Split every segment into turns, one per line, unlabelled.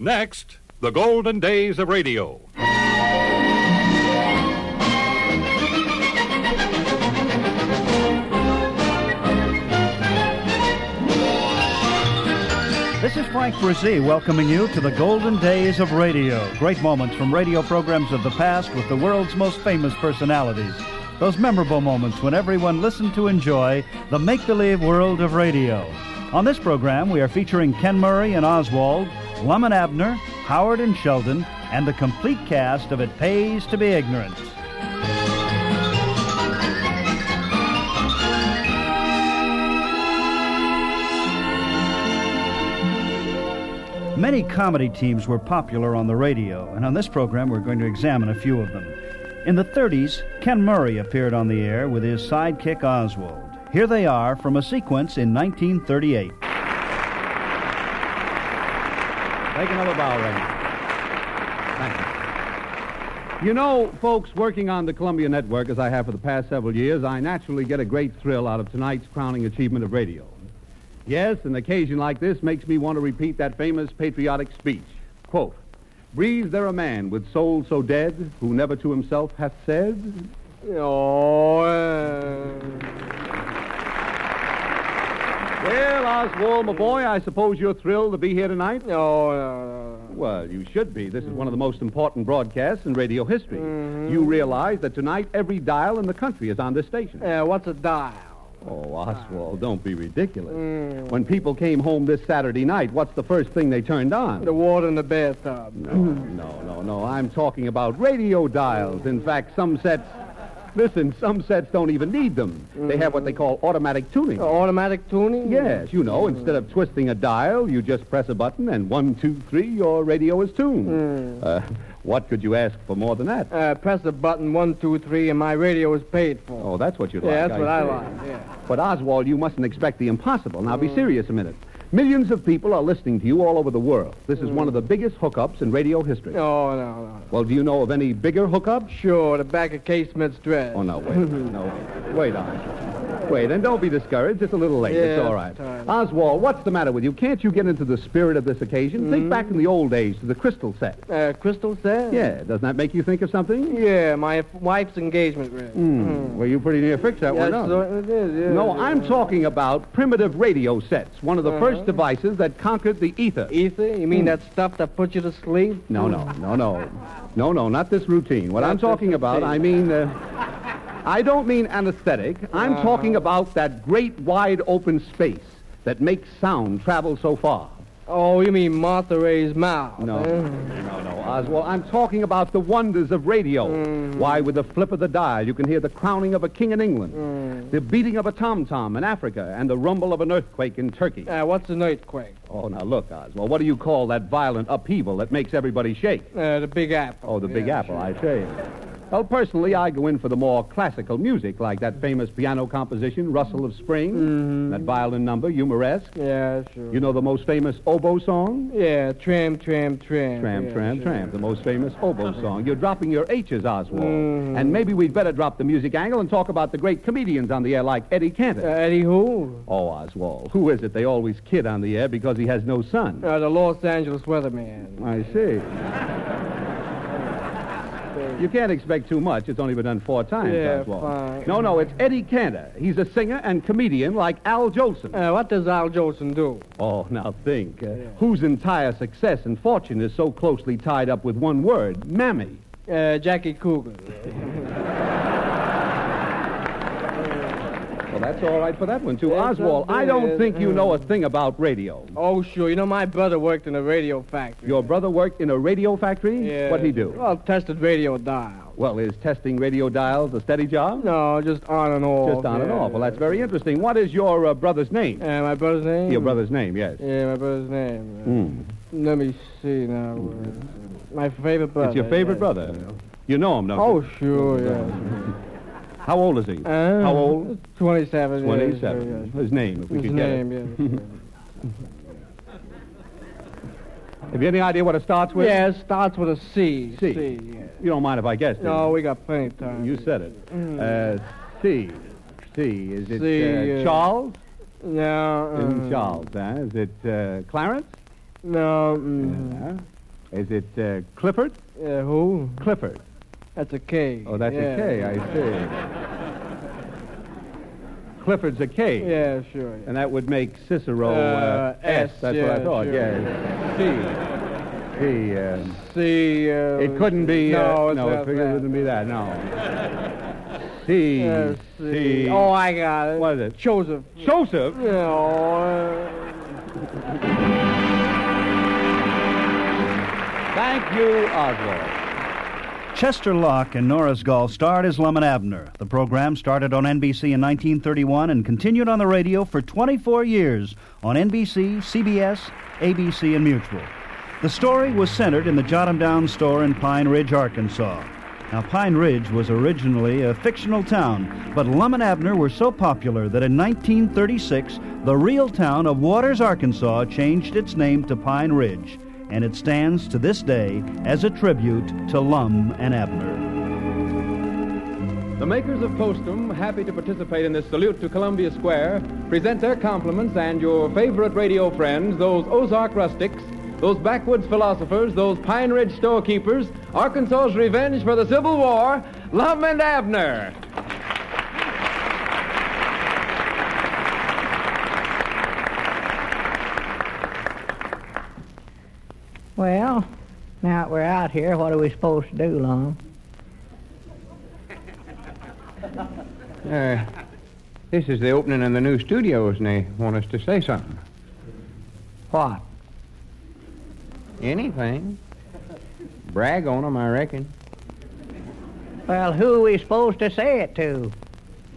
Next, the golden days of radio.
This is Frank Brzee welcoming you to the golden days of radio. Great moments from radio programs of the past with the world's most famous personalities. Those memorable moments when everyone listened to enjoy the make believe world of radio. On this program, we are featuring Ken Murray and Oswald, Lum and Abner, Howard and Sheldon, and the complete cast of It Pays to Be Ignorant. Many comedy teams were popular on the radio, and on this program we're going to examine a few of them. In the 30s, Ken Murray appeared on the air with his sidekick Oswald. Here they are from a sequence in 1938. Take another bow, Raymond.
You know, folks, working on the Columbia Network as I have for the past several years, I naturally get a great thrill out of tonight's crowning achievement of radio. Yes, an occasion like this makes me want to repeat that famous patriotic speech. Quote, Breathe there a man with soul so dead, who never to himself hath said. Oh, Well, Oswald, my boy, I suppose you're thrilled to be here tonight? No, Well, you should be. This is one of the most important broadcasts in radio history. You
Mm-hmm.
realize that tonight every dial in the country is on this station.
Yeah, what's a dial?
Oh, Oswald, don't be ridiculous.
Mm-hmm.
When people came home this Saturday night, what's the first thing they turned on?
The water in the bathtub.
No, no, no, no. I'm talking about radio dials. In fact, some sets. Listen, some sets don't even need them. They have what they call automatic tuning.
The Oh, automatic tuning?
Yes, you know, instead of twisting a dial, you just press a button, and one, two, three, your radio is tuned. Uh, what could you ask for more than that?
Hmm. Uh, press the button one, two, three, and my radio is paid for.
Oh, that's what you'd like.
yeah, that's what I
see.
like. Yeah.
But, Oswald, you mustn't expect the impossible. Now, be serious a minute. Millions of people are listening to you all over the world. This is one of the biggest hookups in radio history.
No, no, no.
Well, do you know of any bigger hookup?
Sure, the back of Casement's dress.
Oh, no, wait. a minute. no, wait on. Wait, and don't be discouraged. It's a little late. it's
Yeah,
all right.
tired.
Oswald, what's the matter with you? Can't you get into the spirit of this occasion? Think back in the old days to the crystal set.
Mm-hmm. Uh, Crystal said?
Yeah, doesn't that make you think of something?
Yeah, my f- wife's engagement ring.
Hmm. Well, you pretty near fixed that
Yes,
one up.
so it is, yeah.
No,
yeah.
I'm talking about primitive radio sets, one of the first devices that conquered the ether.
Uh-huh.
Hmm.
Ether? You mean that stuff that puts you to sleep?
No, no, no, no. No, no, not this routine. What
Not
I'm
this
talking about,
routine.
I mean, uh, I don't mean anesthetic. I'm
Uh-huh.
talking about that great wide open space that makes sound travel so far.
Oh, you mean Martha Ray's mouth?
No,
eh?
no, no, Oswald. I'm talking about the wonders of radio.
Hmm.
Why, with the flip of the dial, you can hear the crowning of a king in England,
Mm-hmm.
the beating of a tom-tom in Africa, and the rumble of an earthquake in Turkey.
Uh, what's an earthquake?
Oh, now look, Oswald, what do you call that violent upheaval that makes everybody shake?
Uh, the Big Apple.
Oh, the Big
Yeah,
Apple,
sure.
I say. Well, personally, I go in for the more classical music, like that famous piano composition, Rustle of Spring,
Mm-hmm.
that violin number, Humoresque.
Yeah, sure.
You know the most famous oboe song?
Yeah, tram, tram, tram.
Tram,
yeah,
tram,
sure.
tram, the most famous oboe song. You're dropping your H's, Oswald.
Hmm.
And maybe we'd better drop the music angle and talk about the great comedians on the air, like Eddie
Uh,
Cantor.
Eddie who?
oh, Oswald, who is it they always kid on the air because he has no son?
Uh, the Los Angeles weatherman.
I see. You can't expect too much. It's only been done four times.
Yeah,
Oswald.
fine.
No, no, it's Eddie Cantor. He's a singer and comedian like Al Jolson.
Uh, what does Al Jolson do?
oh, now think. Uh, Whose entire success and fortune is so closely tied up with one word, Mammy?
Uh, Jackie Coogan.
Well, that's all right for that one, too.
Yes,
Oswald, I
it
don't
is.
think you know a thing about radio.
Oh, sure. You know, my brother worked in a radio factory.
Your brother worked in a radio factory?
Yeah.
What'd he do?
Well, tested radio dial.
Well, is testing radio dials a steady job?
No, just on and off.
Just on and
yeah.
off. Well, that's very interesting. What is your uh, brother's name?
Uh, my brother's name?
Your brother's name, yes. Hmm.
Yeah, my brother's name. Uh, Let me see now. Uh, my favorite brother.
It's your favorite
yes.
brother. You know him, don't
Oh,
you?
sure, yeah.
How old is he?
Oh. Uh,
How old?
27. yeah, sure,
27. His name, if
yeah.
we
His
could get
name, yeah.
it. Have you any idea what it starts with?
yeah, it starts with a C.
C.
yeah.
You don't mind if I guess, do
No, we got plenty of time. Mm-hmm.
you? You said it.
Hmm.
Uh, C. C. Is it
C,
uh,
uh,
Charles?
No.
Isn't
uh,
Charles, huh? Is it uh, Clarence? No. Mm,
Uh-huh. Is it uh, Clifford?
yeah, who?
Clifford.
That's a K.
Oh, that's
yeah.
a K, I see. Clifford's a K.
Yeah, sure. yeah.
And that would make Cicero
Uh,
uh, S.
S,
That's what I
yeah,
thought,
sure.
yeah. C. C. um,
C. Uh,
it couldn't be.
No,
uh,
it's
no
not
it figured
that.
it wouldn't be that, no. C.
Yeah,
C.
C. Oh, I got it.
What is it?
Joseph.
Joseph?
No. Uh,
Thank you, Oswald.
Chester Locke and Norris Gall starred as Lum and Abner. The program started on NBC in 1931 and continued on the radio for 24 years on NBC, CBS, ABC, and Mutual. The story was centered in the Jot 'em Down store in Pine Ridge, Arkansas. Now, Pine Ridge was originally a fictional town, but Lum and Abner were so popular that in 1936, the real town of Waters, Arkansas changed its name to Pine Ridge and it stands to this day as a tribute to Lum and Abner.
The makers of Postum, happy to participate in this salute to Columbia Square, present their compliments and your favorite radio friends, those Ozark rustics, those backwoods philosophers, those Pine Ridge storekeepers, Arkansas's revenge for the Civil War, Lum and Abner.
Well, now that we're out here, what are we supposed to do, Lum?
uh, this is the opening in the new studios, and they want us to say something.
What?
Anything. Brag on them, I reckon.
Well, who are we supposed to say it to?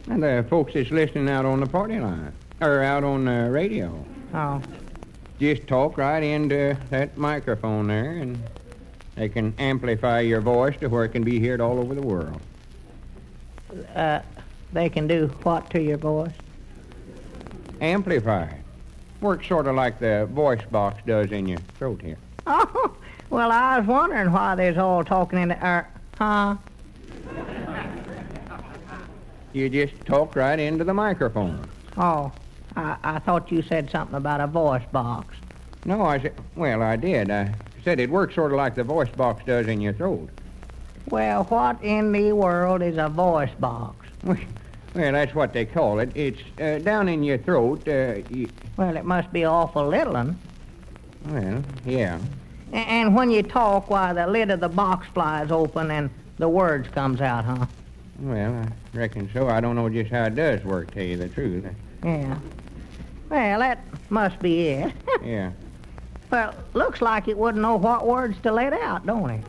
And the folks that's listening out on the party line, or out on the radio.
Oh,
Just talk right into that microphone there, and they can amplify your voice to where it can be heard all over the world.
uh, they can do what to your voice?
Amplify it. Works sort of like the voice box does in your throat here.
Oh, well, I was wondering why they's all talking in the air. Huh?
You just talk right into the microphone.
Oh, I, I thought you said something about a voice box.
No, I said, well, I did. I said it works sort of like the voice box does in your throat.
Well, what in the world is a voice box?
Well, that's what they call it. It's uh, down in your throat. Uh, y-
Well, it must be awful little un.
well, yeah.
A- And when you talk, why, the lid of the box flies open and the words comes out, huh?
Well, I reckon so. I don't know just how it does work, tell you the truth.
Yeah. Well, that must be it.
Yeah.
well, looks like it wouldn't know what words to let out, don't it?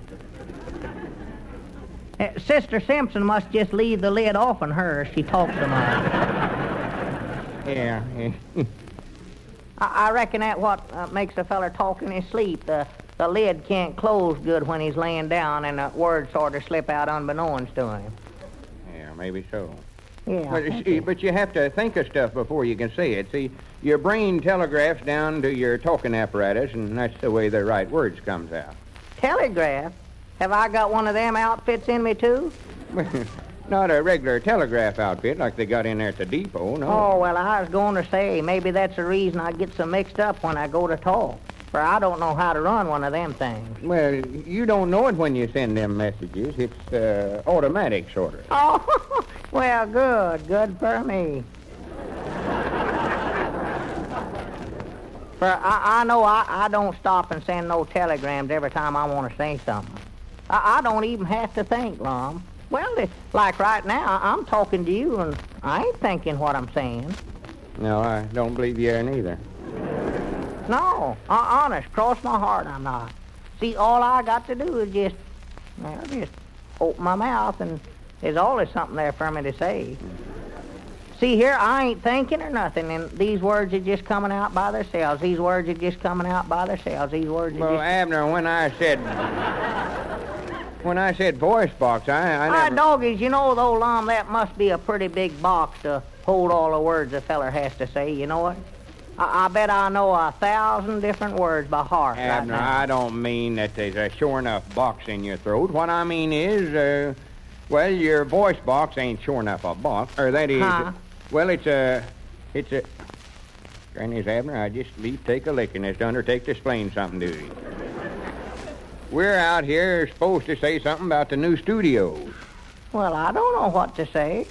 Uh, Sister Simpson must just leave the lid off on her if she talks so much.
Yeah. yeah.
I, I reckon that what uh, makes a feller talk in his sleep. The, the lid can't close good when he's laying down, and the words sort of slip out unbeknownst to him.
yeah, maybe so.
Yeah.
But, you see, but you have to think of stuff before you can say it. See, your brain telegraphs down to your talking apparatus, and that's the way the right words comes out.
Telegraph? Have I got one of them outfits in me, too?
Not a regular telegraph outfit like they got in there at the depot, no.
Oh, well, I was going to say maybe that's the reason I get so mixed up when I go to talk. For I don't know how to run one of them things.
Well, you don't know it when you send them messages. It's uh, automatic, sort of.
Oh, well, good. Good for me. for I, I know I, I don't stop and send no telegrams every time I want to say something. I, I don't even have to think, Lum. Well, it's like right now, I'm talking to you and I ain't thinking what I'm saying.
No, I don't believe you are neither.
No, uh, honest, cross my heart, I'm not. See, all I got to do is just, well, just open my mouth, and there's always something there for me to say. See here, I ain't thinking or nothing, and these words are just coming out by themselves. These words are just coming out by themselves. These words are
Well,
just.
Abner, when I said when I said voice box, I I
Ah,
never.
doggies, you know, though, Lum, that must be a pretty big box to hold all the words a feller has to say. You know what? I, I bet I know a thousand different words by heart. right
Abner,
now.
I don't mean that there's a sure enough box in your throat. What I mean is, uh, well, your voice box ain't sure enough a box, or that is,
Huh?
well, it's a, it's a, Granny's Abner, I just leave take a licking as to undertake to explain something to you. We're out here supposed to say something about the new studios.
Well, I don't know what to say.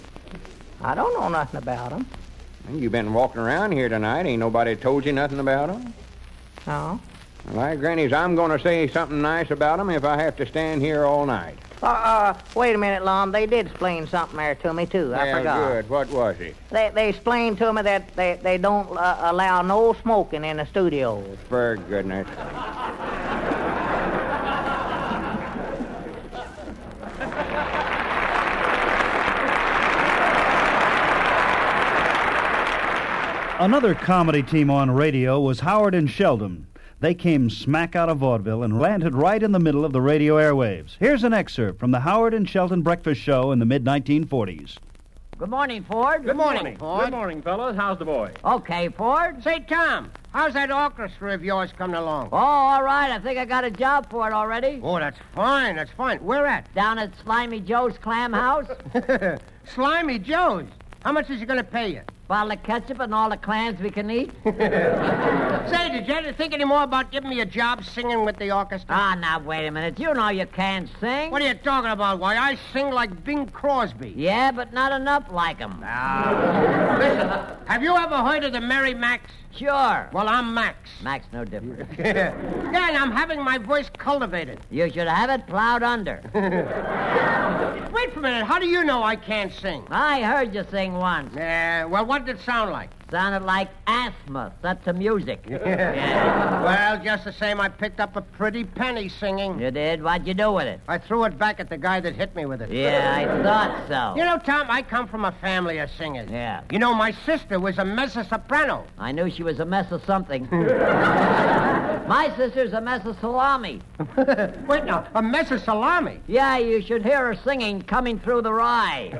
I don't know nothing about 'em.
And you've been walking around here tonight. Ain't nobody told you nothing about 'em.
No.
Like Granny's, I'm going to say something nice about 'em if I have to stand here all night.
Uh, uh, wait a minute, Lon. They did explain something there to me, too. I
well,
forgot.
good. What was it?
They, they explained to me that they, they don't uh, allow no smoking in the studios.
For goodness.
Another comedy team on radio was Howard and Sheldon. They came smack out of vaudeville and landed right in the middle of the radio airwaves. Here's an excerpt from the Howard and Sheldon Breakfast Show in the mid 1940s.
Good morning, Ford. Good morning, Ford. Good morning, fellas. How's the boy? Okay, Ford.
Say, Tom, how's that orchestra of yours coming along?
Oh, all right. I think I got a job for it already.
Oh, that's fine, that's fine. Where at?
Down at Slimy Joe's Clam House.
Slimy Joe's. How much is he going to pay you?
Bottle of ketchup and all the clams we can eat.
Say, did you ever think any more about giving me a job singing with the orchestra?
ah, now, wait a minute. You know you can't sing.
What are you talking about? Why, I sing like Bing Crosby. Ah.
Yeah, but not enough like 'em.
Listen, have you ever heard of the Merry Max?
Sure.
Well, I'm Max.
Max, no different.
yeah, and I'm having my voice cultivated.
You should have it plowed under.
Wait for a minute. How do you know I can't sing?
I heard you sing once.
Uh, well, what did it sound like?
Sounded like asthma. That's the music.
Well, just the same, I picked up a pretty penny singing.
You did? What'd you do with it?
I threw it back at the guy that hit me with it.
Yeah, I thought so.
You know, Tom, I come from a family of singers.
Yeah.
You know, my sister was a mezzo soprano.
I knew she was a mess of something. My sister's a mess of salami.
Wait now, a mezzo salami.
Yeah, you should hear her singing coming through the rye.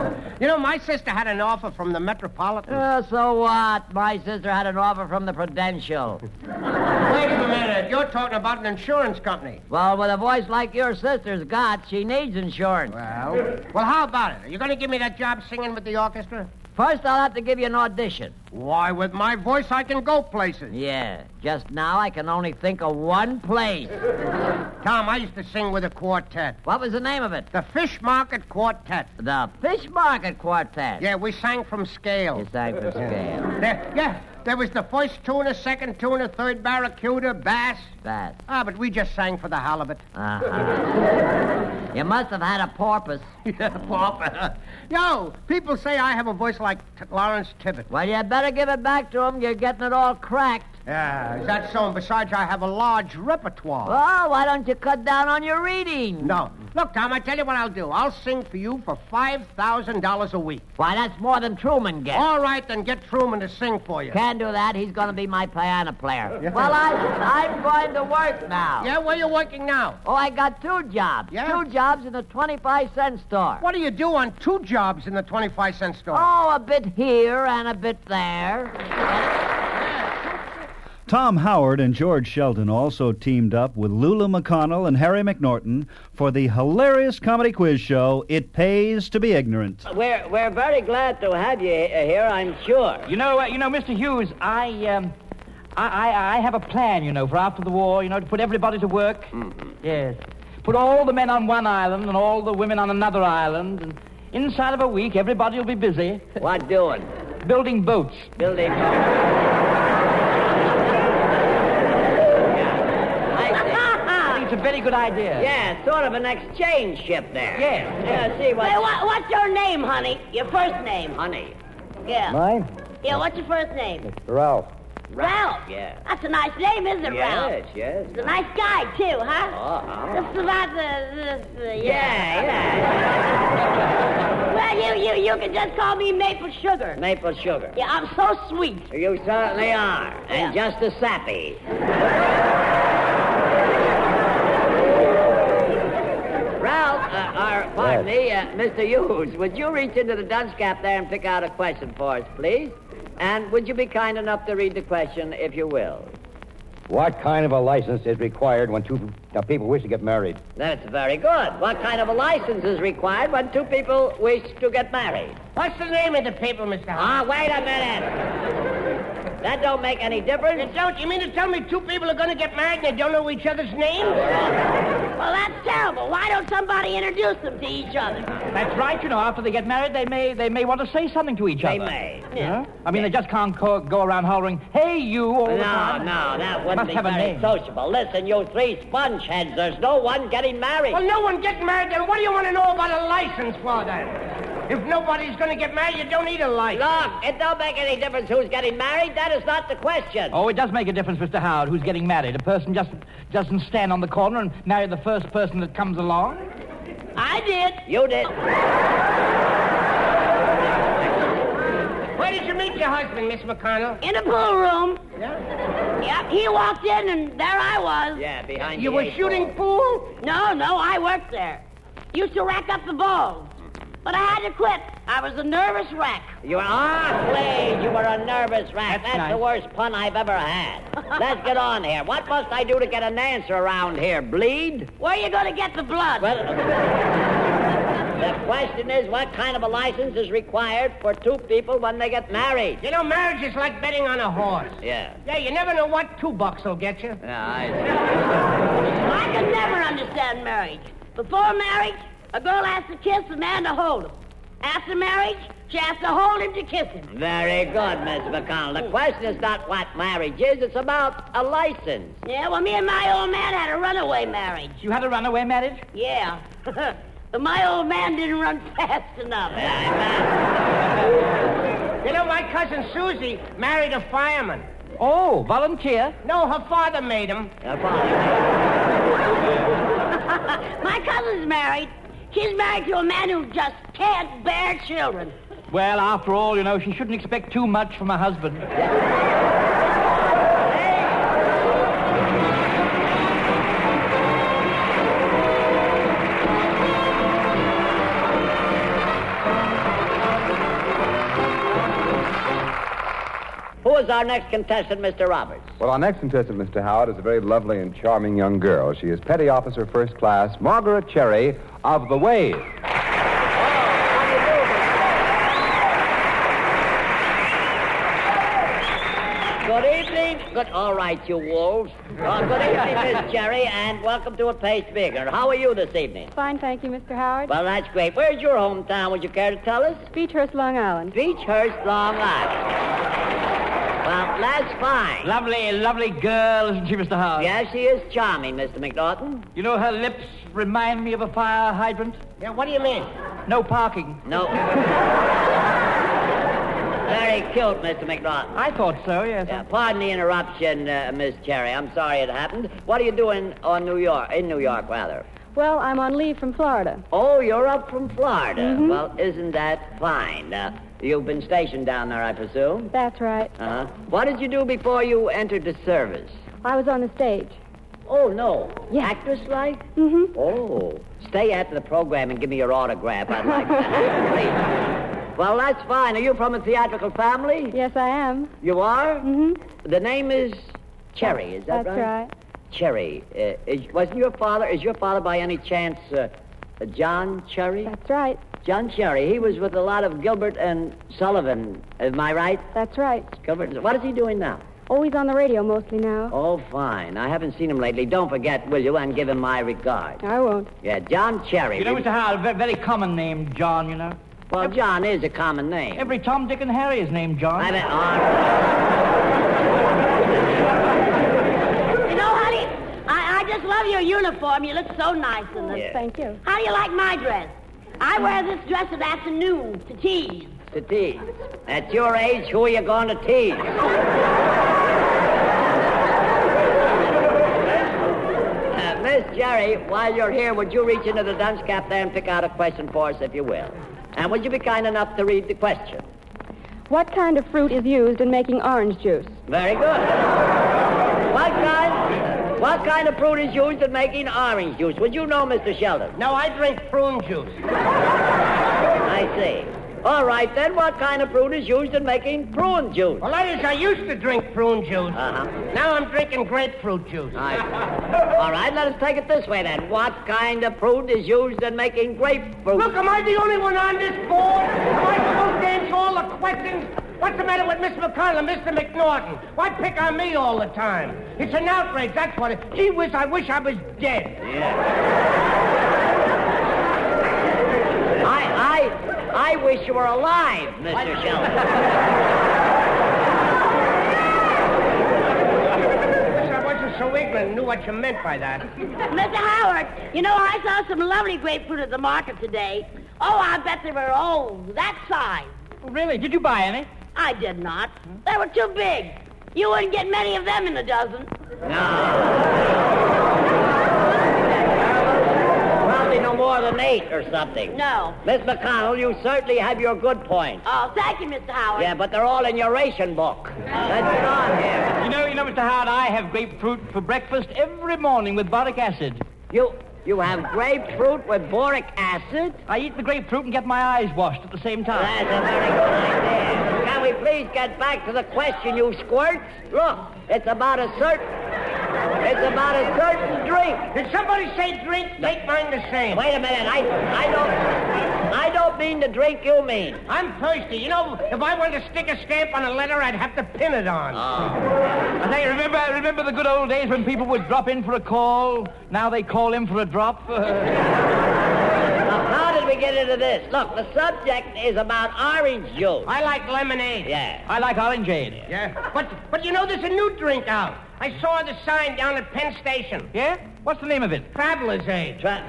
You know, my sister had an offer from the Metropolitan.
Uh, so what? My sister had an offer from the Prudential.
Wait a minute. You're talking about an insurance company.
Well, with a voice like your sister's got, she needs insurance.
Well, well, how about it? Are you going to give me that job singing with the orchestra?
First, I'll have to give you an audition.
Why, with my voice, I can go places.
Yeah, just now I can only think of one place.
Tom, I used to sing with a quartet,
What was the name of it?
the Fish Market Quartet.
The Fish Market Quartet.
Yeah, we sang from scale.
You sang for scale.
There, yeah, there was the first tuna, second tuna, third barracuda, bass.
That.
Ah, but we just sang for the halibut.
Uh-huh. You must have had a porpoise.
Papa. Yo, people say I have a voice like T- Lawrence Tibbet.
Well, you better give it back to him. You're getting it all cracked.
Yeah, is that so? And besides, I have a large repertoire.
Well, why don't you cut down on your reading?
No. Look, Tom, I tell you what I'll do. I'll sing for you for $5,000 a week.
Why, that's more than Truman gets.
All right, then get Truman to sing for you.
Can't do that. He's going to be my piano player. Well, I, I'm going to work now.
Yeah, where you working now?
Oh, I got two jobs.
Yeah?
Two jobs in the 25 cent store.
What do you do on two jobs in the 25 cent store?
Oh, a bit here and a bit there.
Tom Howard and George Sheldon also teamed up with Lula McConnell and Harry McNorton for the hilarious comedy quiz show, It Pays to Be Ignorant.
We're, we're very glad to have you uh, here, I'm sure.
You know, uh, you know, Mr. Hughes, I, um, I, I, I have a plan, you know, for after the war, you know, to put everybody to work.
Mm-hmm.
Yes. Put all the men on one island and all the women on another island, and inside of a week, everybody will be busy
What doing?
building boats.
Building.
I think it's a very good idea.
Yeah, sort of an exchange ship there.
Yes.
Yeah, see what.
Hey, what, what's your name, honey? Your first name, honey. Yeah.
Mine?
Yeah, what's your first name?
Ralph.
Ralph.
yeah.
That's a nice name, isn't it, Ralph?
yes.
He's a nice guy, too, huh?
Uh-huh.
This is about the, the, the-
Yeah, yeah.
Well, you, you, you can just call me Maple Sugar.
Maple sugar.
Yeah, I'm so sweet.
You certainly are. And just as sappy. Ralph, uh, or, pardon me, uh, Mr. Hughes, would you reach into the dunce cap there and pick out a question for us, please? And would you be kind enough to read the question, if you will?
What kind of a license is required when two uh, people wish to get married?
That's very good. What kind of a license is required when two people wish to get married?
What's the name of the paper, Mr.
Ah, wait a minute. That don't make any difference.
And don't you mean to tell me two people are going to get married and they don't know each other's names? well, that's terrible. Why don't somebody introduce them to each other?
That's right, you know. After they get married, they may they may want to say something to each
They
other.
may.
Yeah. I mean, they just can't co- go around hollering, "Hey, you!" All
No,
the time.
no, that wouldn't
Must
be
have a
very
name.
sociable. Listen, you three sponge heads, there's no one getting married.
Well, no one gets married, then what do you want to know about a license for then? If nobody's going to get married, you don't need a license.
Look, it don't make any difference who's getting married. That is not the question.
Oh, it does make a difference, Mr. Howard, who's getting married. A person just doesn't stand on the corner and marry the first person that comes along.
I did.
You did.
Where did you meet your husband, Miss McConnell?
In a pool room.
Yeah.
Yep, he walked in and there I was.
Yeah, behind
You
the
were
eight
shooting
ball.
pool?
No, no, I worked there. Used to rack up the balls. But I had to quit. I was a nervous wreck.
You were ah, please. You were a nervous rat.
That's
That's,
nice.
the worst pun I've ever had. Let's get on here. What must I do to get an answer around here? Bleed?
Where you going to get the blood?
Well, the question is, what kind of a license is required for two people when they get married?
You know, marriage is like betting on a horse.
Yeah.
Yeah, you never know what two bucks will get you.
Yeah, I
I could never understand marriage. Before marriage, a girl has to kiss a man to hold him. After marriage, she has to hold him to kiss him.
see. Very good, Miss McConnell. The question is not what marriage is, it's about a license.
Yeah, well, me and my old man had a runaway marriage.
You had a runaway marriage?
Yeah. but my old man didn't run fast enough.
You know, my cousin Susie married a fireman.
Oh, volunteer.
No, her father made him.
Uh, fine.
my cousin's married. She's married to a man who just can't bear children.
Well, after all, you know, she shouldn't expect too much from her husband.
Who is our next contestant, Mr. Roberts?
Well, our next contestant, Mr. Howard, is a very lovely and charming young girl. She is Petty Officer First Class Margaret Cherry of the Wave.
Good evening. Good. All right, you wolves. Uh, good evening, Miss Jerry, and welcome to a pace bigger. How are you this evening?
Fine, thank you, Mr. Howard.
Well, that's great. Where's your hometown? Would you care to tell us?
Beechhurst, Long Island.
Beechhurst, Long Island. Well, that's fine.
Lovely, lovely girl, isn't she, Mr. Howard?
Yes, she is charming, Mr. McNaughton.
You know, her lips remind me of a fire hydrant.
Yeah, what do you mean?
No parking.
No. Very cute, Mr. McNaughton.
I thought so, yes.
Yeah, pardon the interruption, uh, Miss Cherry. I'm sorry it happened. What are you doing on New York? In New York, rather.
Well, I'm on leave from Florida. Mm-hmm.
Oh, you're up from Florida. Well, isn't that fine? Uh, you've been stationed down there, I presume.
That's right.
Uh huh. What did you do before you entered the service?
I was on the stage.
Oh no,
Yeah.
actress like.
Mm-hmm.
Oh, stay after the program and give me your autograph. I'd like that, please. Well, that's fine. Are you from a theatrical family?
Yes, I am.
You are.
Mm-hmm.
The name is Cherry. Is that
That's
right?
right.
Cherry. Uh, is, wasn't your father? Is your father by any chance uh, John Cherry?
That's right.
John Cherry. He was with a lot of Gilbert and Sullivan. Am I right?
That's right.
Gilbert. and- What is he doing now?
Always on the radio mostly now.
Oh, fine. I haven't seen him lately. Don't forget, will you? And give him my regards.
I won't.
Yeah, John Cherry.
You know, Mr. Howard, a ve- very common name, John, you know.
Well, John is a common name.
Every Tom, Dick, and Harry is named John.
I mean, oh,
You know, honey, I, I just love your uniform. You look so nice in it.
Yeah.
Thank you.
How do you like my dress? I wear this dress at afternoon to tease.
to tease. At your age, who are you going to tease? Uh, Miss Jerry, while you're here, would you reach into the dunce cap there and pick out a question for us, if you will? And would you be kind enough to read the question?
What kind of fruit is used in making orange juice?
Very good. What kind? What kind of fruit is used in making orange juice? Would you know, Mr. Sheldon?
No, I drink prune juice.
I see. All right, then, what kind of fruit is used in making prune juice?
Well, that is, I used to drink prune juice.
Uh-huh.
Now I'm drinking grapefruit juice.
I... All right, let us take it this way, then. What kind of fruit is used in making grapefruit?
Look, am I the only one on this board? Am I supposed to answer all the questions?
What's the matter with Miss McConnell and Mr. McNaughton? Why pick on me all the time? It's an outrage, that's what it... Gee whiz, I wish I was dead.
I, I, I wish you were alive, Mr.
I wish I wasn't so ignorant and knew what you meant by that.
Mr. Howard, you know, I saw some lovely grapefruit at the market today. Oh, I bet they were old, that size.
Really? Did you buy any?
I did not. They were too big. You wouldn't get many of them in a dozen.
Probably no more than eight or something.
No.
Miss McConnell, you certainly have your good points.
Oh, thank you, Mr. Howard.
Yeah, but they're all in your ration book.
You know, you know, Mr. Howard, I have grapefruit for breakfast every morning with boric acid.
You you have grapefruit with boric acid?
I eat the grapefruit and get my eyes washed at the same time.
That's a very good idea. Can we please get back to the question, you squirts? Look, it's about a certain. It's about a certain drink.
Did somebody say drink? Make mine the same.
Wait a minute. I, I don't. I don't mean the drink you mean.
I'm thirsty. You know, if I wanted to stick a stamp on a letter, I'd have to pin it on.
Ah.
I think, remember, remember the good old days when people would drop in for a call? Now they call in for a drop?
Now, how did we get into this? Look, the subject is about orange juice.
I like lemonade.
Yeah.
I like orangeade.
Yeah. But but you know, there's a new drink out. I saw the sign down at Penn Station.
Yeah? What's the name of it?
Traveler's Aid.
Tra-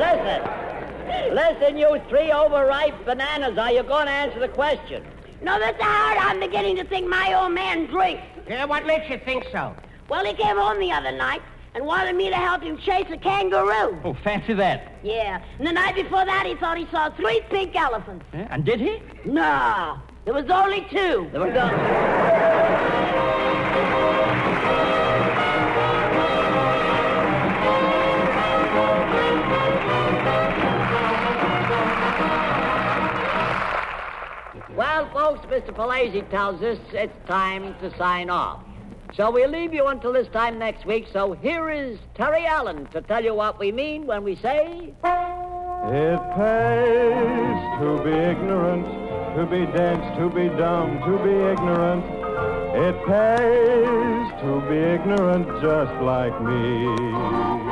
Listen. Listen, you three overripe bananas. Are you going to answer the question?
No, Mr. Howard, I'm beginning to think my old man drinks.
Yeah, what makes you think so?
Well, he came home the other night and wanted me to help him chase a kangaroo.
Oh, fancy that.
Yeah. And the night before that, he thought he saw three pink elephants.
Yeah, Eh? And did he?
No, there was only two.
There was no- Well, folks, Mr. Palazzi tells us it's time to sign off. So we leave you until this time next week. So here is Terry Allen to tell you what we mean when we say.
It pays to be ignorant, to be dense, to be dumb, to be ignorant. It pays to be ignorant just like me.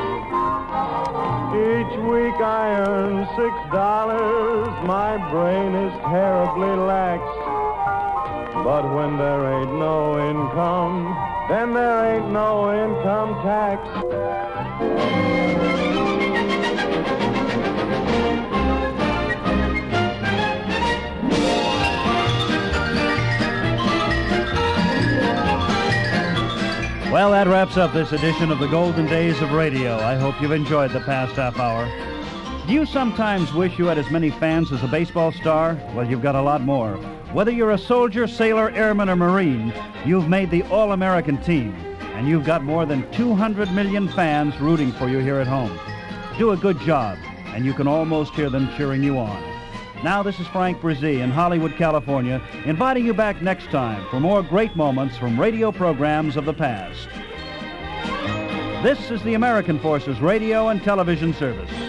Each week I earn six dollars, my brain is terribly lax. But when there ain't no income, then there ain't no income tax.
Well, that wraps up this edition of the Golden Days of Radio. I hope you've enjoyed the past half hour. Do you sometimes wish you had as many fans as a baseball star? Well, you've got a lot more. Whether you're a soldier, sailor, airman, or Marine, you've made the All American team, and you've got more than 200 million fans rooting for you here at home. Do a good job, and you can almost hear them cheering you on. Now, this is Frank Brzee in Hollywood, California, inviting you back next time for more great moments from radio programs of the past. This is the American Forces Radio and Television Service.